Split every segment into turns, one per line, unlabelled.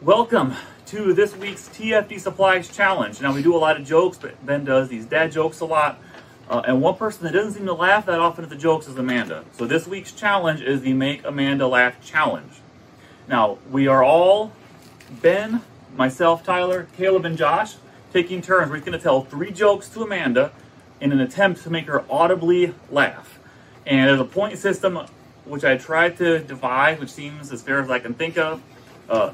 Welcome to this week's TFD Supplies Challenge. Now, we do a lot of jokes, but Ben does these dad jokes a lot. Uh, and one person that doesn't seem to laugh that often at the jokes is Amanda. So, this week's challenge is the Make Amanda Laugh Challenge. Now, we are all Ben, myself, Tyler, Caleb, and Josh taking turns. We're going to tell three jokes to Amanda in an attempt to make her audibly laugh. And there's a point system which I tried to devise, which seems as fair as I can think of. Uh,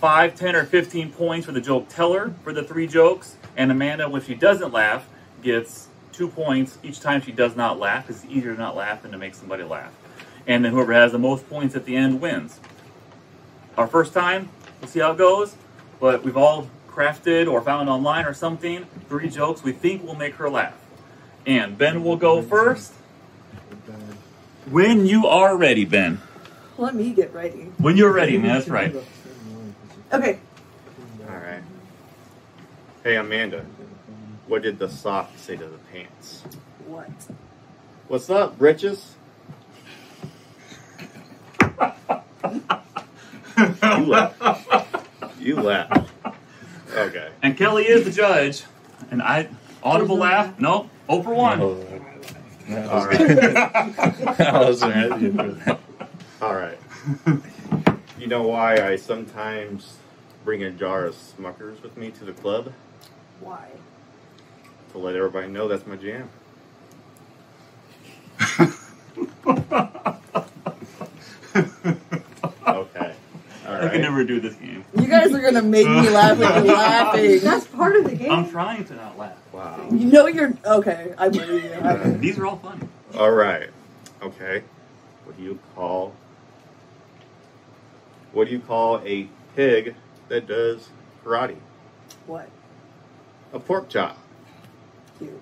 5, 10, or 15 points for the joke teller for the three jokes. And Amanda, when she doesn't laugh, gets two points each time she does not laugh. It's easier to not laugh than to make somebody laugh. And then whoever has the most points at the end wins. Our first time, we'll see how it goes. But we've all crafted or found online or something three jokes we think will make her laugh. And Ben will go first. When you are ready, Ben.
Let me get ready.
When you're ready, man. That's right.
Okay.
All right. Hey Amanda, what did the sock say to the pants?
What?
What's up, britches? You laugh. You laugh. Okay.
And Kelly is the judge. And I audible laugh. Nope. Over one.
All right.
Oh, I wasn't ready for that.
All right. You know why I sometimes bring a jar of Smuckers with me to the club
Why?
to let everybody know that's my jam. Okay. All
I can
right.
never do this game.
You guys are gonna make me laugh with laughing.
That's part of the game.
I'm trying to not laugh.
Wow.
You know you're okay. I'm with you. I'm-
These are all funny.
All right. Okay. What do you call? What do you call a pig that does karate?
what?
A pork chop.
You.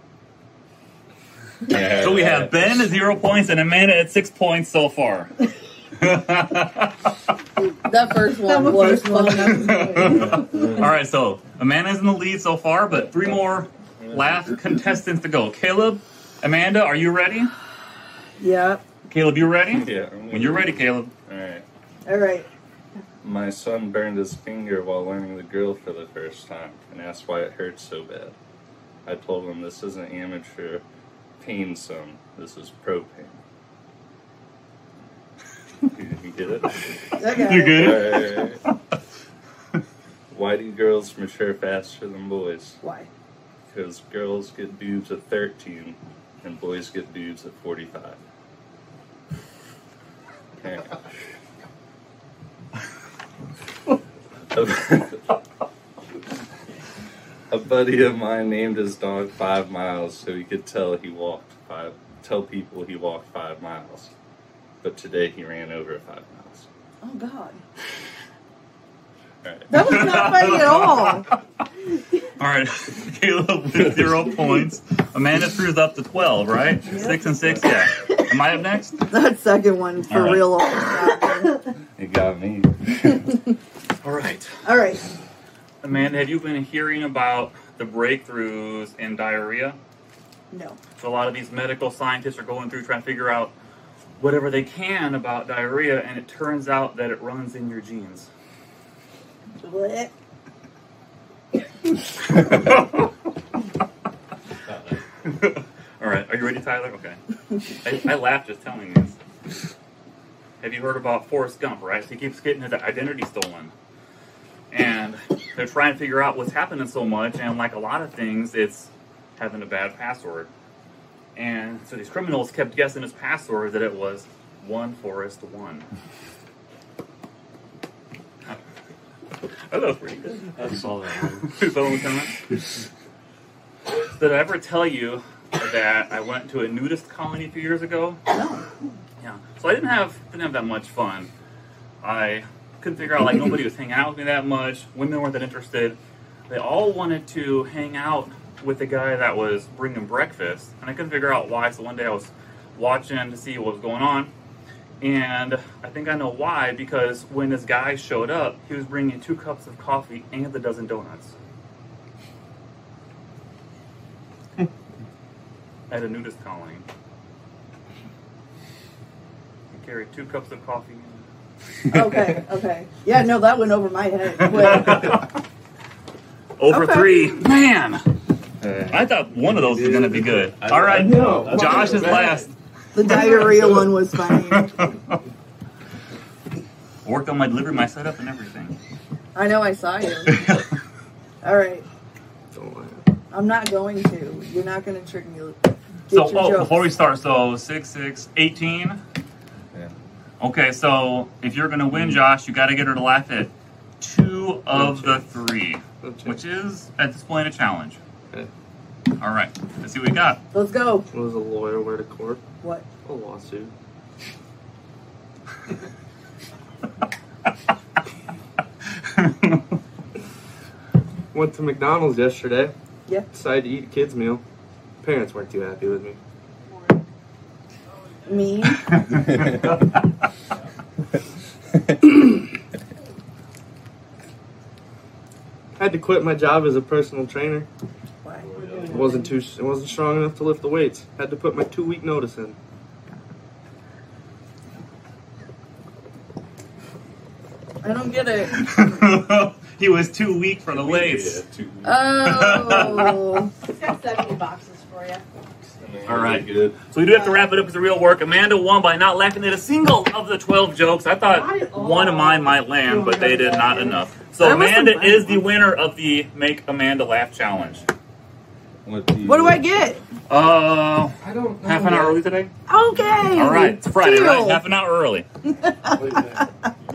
So we have Ben at zero points and Amanda at six points so far.
that first one was funny.
all right, so Amanda's in the lead so far, but three more laugh contestants to go. Caleb, Amanda, are you ready?
Yeah.
Caleb, you ready?
Yeah.
When you're ready, Caleb.
All right.
All right.
My son burned his finger while learning the grill for the first time and asked why it hurt so bad. I told him this isn't amateur pain some. This is pro pain. you get it?
Okay.
You good?
All right. Why do girls mature faster than boys?
Why?
Because girls get boobs at 13 and boys get boobs at 45. Okay. A buddy of mine named his dog Five Miles so he could tell he walked five, tell people he walked five miles. But today he ran over five miles.
Oh God.
All right.
That was not funny at all.
All right, Caleb with zero points. Amanda screws up to 12, right? Six and six, yeah. Am I up next?
That second one for
All right.
real. almost happened.
It got me.
All right.
All right.
Amanda, have you been hearing about the breakthroughs in diarrhea?
No.
So a lot of these medical scientists are going through trying to figure out whatever they can about diarrhea, and it turns out that it runs in your genes.
What?
All right, are you ready, Tyler? Okay. I, I laughed just telling this. Have you heard about Forrest Gump, right? He keeps getting his identity stolen. And they're trying to figure out what's happening so much, and like a lot of things, it's having a bad password. And so these criminals kept guessing his password that it was one Forrest one. that was pretty good.
I saw that one.
Someone comment? Did I ever tell you that I went to a nudist colony a few years ago?
No.
Yeah. So I didn't have didn't have that much fun. I couldn't figure out like nobody was hanging out with me that much. Women weren't that interested. They all wanted to hang out with the guy that was bringing breakfast, and I couldn't figure out why. So one day I was watching to see what was going on, and I think I know why because when this guy showed up, he was bringing two cups of coffee and the dozen donuts. At a nudist colony. He carried two cups of coffee.
Okay.
Okay. Yeah, no, that went over my head. quick.
Over
Okay.
three. Man,
Uh,
I thought one of those was going to be good. All right.
No.
Josh is last.
The diarrhea one was funny.
Worked on my delivery, my setup, and everything.
I know I saw you.
All right.
Don't lie.
I'm not going to. You're not going to trick me. Get
So,
your
oh,
joke.
before we start, so 6, 6, 18.
Yeah.
Okay, so if you're going to win, Josh, you got to get her to laugh at two of the three, which is at this point a challenge.
Okay.
All right, let's see what we got.
Let's go.
What does a lawyer wear to court?
What?
A lawsuit. Went to McDonald's yesterday.
Yeah.
Decided to eat a kid's meal. Parents weren't too happy with me.
Me?
Had to quit my job as a personal trainer.
Why?
It wasn't too. It wasn't strong enough to lift the weights. Had to put my two week notice in.
I don't get it.
he was too weak for the weights.
Yeah, two-
Oh.
He's got 70 boxes for you.
All right.
Good.
So we do have to wrap it up with the real work. Amanda won by not laughing at a single of the 12 jokes. I
Not
thought
at all.
one of mine might land, but they did not enough. So
I must have
Amanda
mine
is the winner of the Make Amanda Laugh Challenge.
what do, you
What do I get?
Uh,
I don't.
half an hour early today?
Okay.
All right, it's Friday, right?
Deal.
Half an hour early.